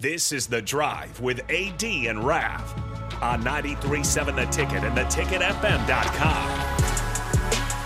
This is The Drive with AD and Raf on 93.7 The Ticket and theticketfm.com.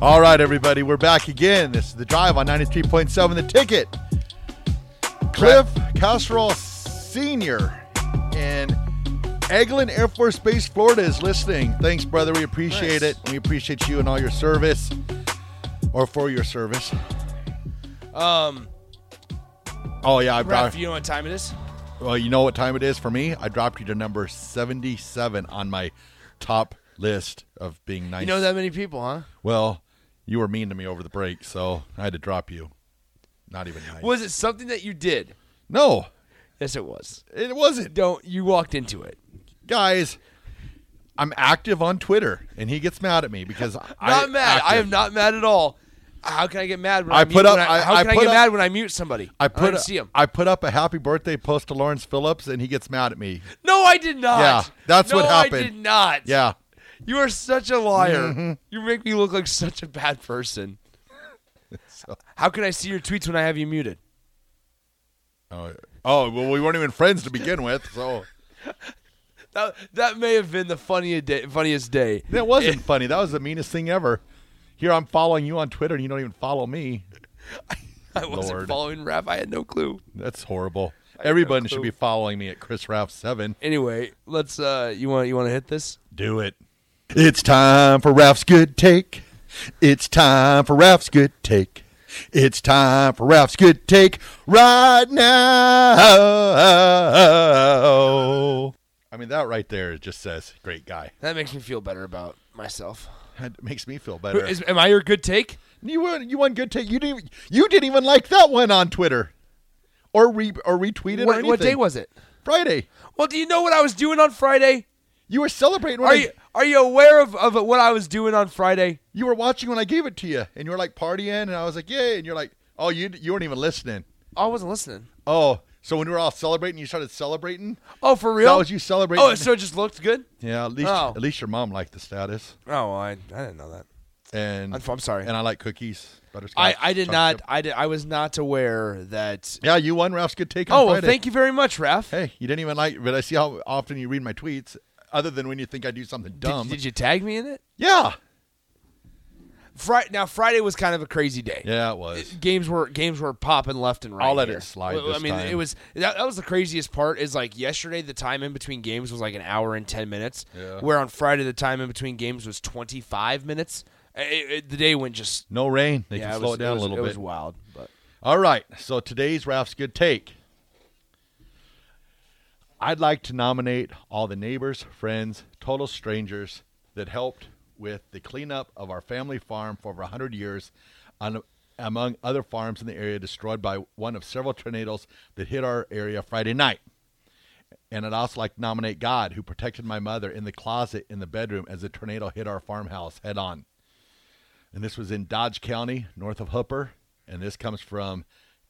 All right, everybody, we're back again. This is the drive on 93.7 The Ticket. Cliff Casserole Sr. in Eglin Air Force Base, Florida is listening. Thanks, brother. We appreciate Nice. it. We appreciate you and all your service, or for your service. Um, Oh, yeah. I Raph, dropped, you know what time it is? well, you know what time it is for me? I dropped you to number 77 on my top list of being nice. You know that many people, huh? Well, you were mean to me over the break, so I had to drop you. Not even nice. Was it something that you did? no, Yes, it was. it wasn't. Don't you walked into it? guys, I'm active on Twitter, and he gets mad at me because I'm Not mad. I am not mad at all. How can I get mad when I I, put mute, up- When I, I- how I can I put get up- mad when I mute somebody? I I put don't a- see him. I put up a happy birthday post to Lawrence Phillips, and he gets mad at me. no, I did not. Yeah, that's no, what I happened. did not. Yeah, Mm-hmm. you are such a liar. You make me look like such a bad person. How can I see your tweets when I have you muted? oh, oh well, we weren't even friends to begin with, so That, that may have been the funniest day. Funniest day. that wasn't funny. That was the meanest thing ever. Here I'm following you on Twitter, and you don't even follow me. I wasn't Lord. following Raph. I had no clue. That's horrible. Everyone should be following me at Chris Ralph Seven. Anyway, let's. uh You want you want to hit this? Do it. It's time for Ralph's good take. It's time for Ralph's good take. It's time for Ralph's good take right now. I mean, that right there just says great guy. That makes me feel better about myself. That makes me feel better. Is, am I your good take? you won. You won good take. You didn't. Even, you didn't even like that one on Twitter, or re or retweeted or What, anything. what day was it? Friday? Well, do you know what I was doing on Friday? You were celebrating. When Are I- you are you aware of, of what I was doing on Friday? you were watching when I gave it to you, and you were like partying, and I was like, "Yay!" And you're like, "Oh, you you weren't even listening." I wasn't listening. Oh, so when we were all celebrating, you started celebrating. Oh, for real? That was you celebrating. Oh, so it just looked good. yeah, at least Oh. at least your mom liked the status, Oh, well, I I didn't know that. and I'm, f- I'm sorry. and I like cookies, butterscotch. I, I did chocolate not. chip. I did. I was not aware that. Yeah, you won Ralph's good take. On Oh, well, Friday. thank you very much, Raf. Hey, you didn't even like, but I see how often you read my tweets. Other than when you think I do something dumb. Did, did you tag me in it? yeah. Friday. Now Friday was kind of a crazy day. Yeah, it was. games were games were popping left and right. I'll let here. it slide Well, I this mean, time. it was that, that was the craziest part. Is like yesterday, the time in between games was like an hour and ten minutes. Yeah. Where on Friday, the time in between games was twenty five minutes. It- it- the day went just No rain. They yeah, can it slow was, it down was- a little it bit. was wild, but All right. So today's Ralph's good take. I'd like to nominate all the neighbors, friends, total strangers that helped with the cleanup of our family farm for over 100 years, on, among other farms in the area destroyed by one of several tornadoes that hit our area Friday night. And I'd also like to nominate God, who protected my mother in the closet in the bedroom as the tornado hit our farmhouse head on. And this was in Dodge County, north of Hooper. And this comes from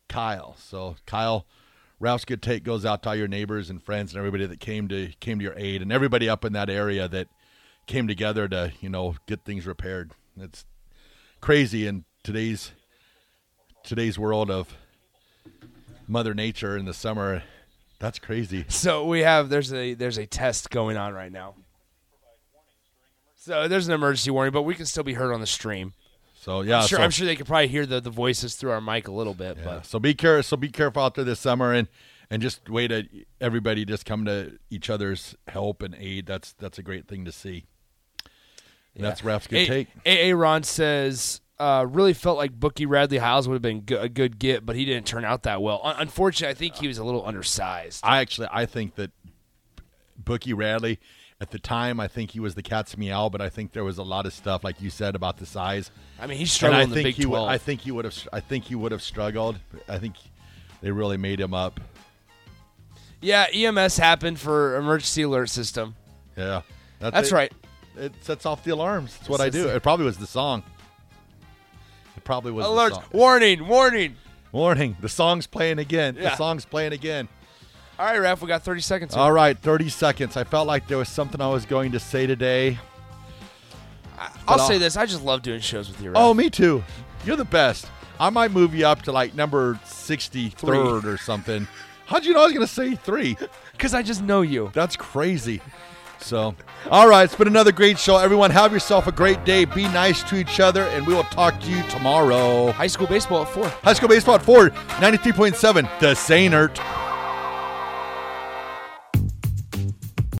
Kyle. So Kyle, Ralph's good take goes out to all your neighbors and friends and everybody that came to came to your aid and everybody up in that area that came together to, you know, get things repaired. It's crazy in today's today's world of Mother Nature in the summer. That's crazy. so we have there's a there's a test going on right now. So there's an emergency warning, but we can still be heard on the stream. So yeah, Sure, Uh, so- I'm sure they could probably hear the, the voices through our mic a little bit, Yeah. but So be careful. So be careful out there this summer, and and just way to everybody just come to each other's help and aid. That's that's a great thing to see. And That's Ralph's good A- take. AA Ron says, uh, really felt like Bookie Radley Hiles would have been go- a good get, but he didn't turn out that well. Un- unfortunately, I think he was a little undersized. I actually I think that Bookie Radley at the time I think he was the cat's meow, but I think there was a lot of stuff like you said about the size. I mean, he And struggled I in the think Big he would. 12. I think he would have. I think he would have struggled. I think they really made him up. E yeah, EMS happened for emergency alert system. Yeah. That's it. right. it sets off the alarms. That's what I It's do. just- It probably was the song. It probably was Alert! The song. Warning! Warning! Warning! The song's playing again. Yeah. The song's playing again. All right, Raph, we got 30 seconds. here. All right, 30 seconds. I felt like there was something I was going to say today. Oh, I'll but say I'll- this: I just love doing shows with you, Raph. Oh, me too. You're the best. I might move you up to like number 63rd or something. How'd you know I was going to say three? because I just know you. That's crazy. So, all right, it's been another great show. Everyone, have yourself a great day. Be nice to each other, and we will talk to you tomorrow. High school baseball at four. High School Baseball at 4, 93.7, The Sainert.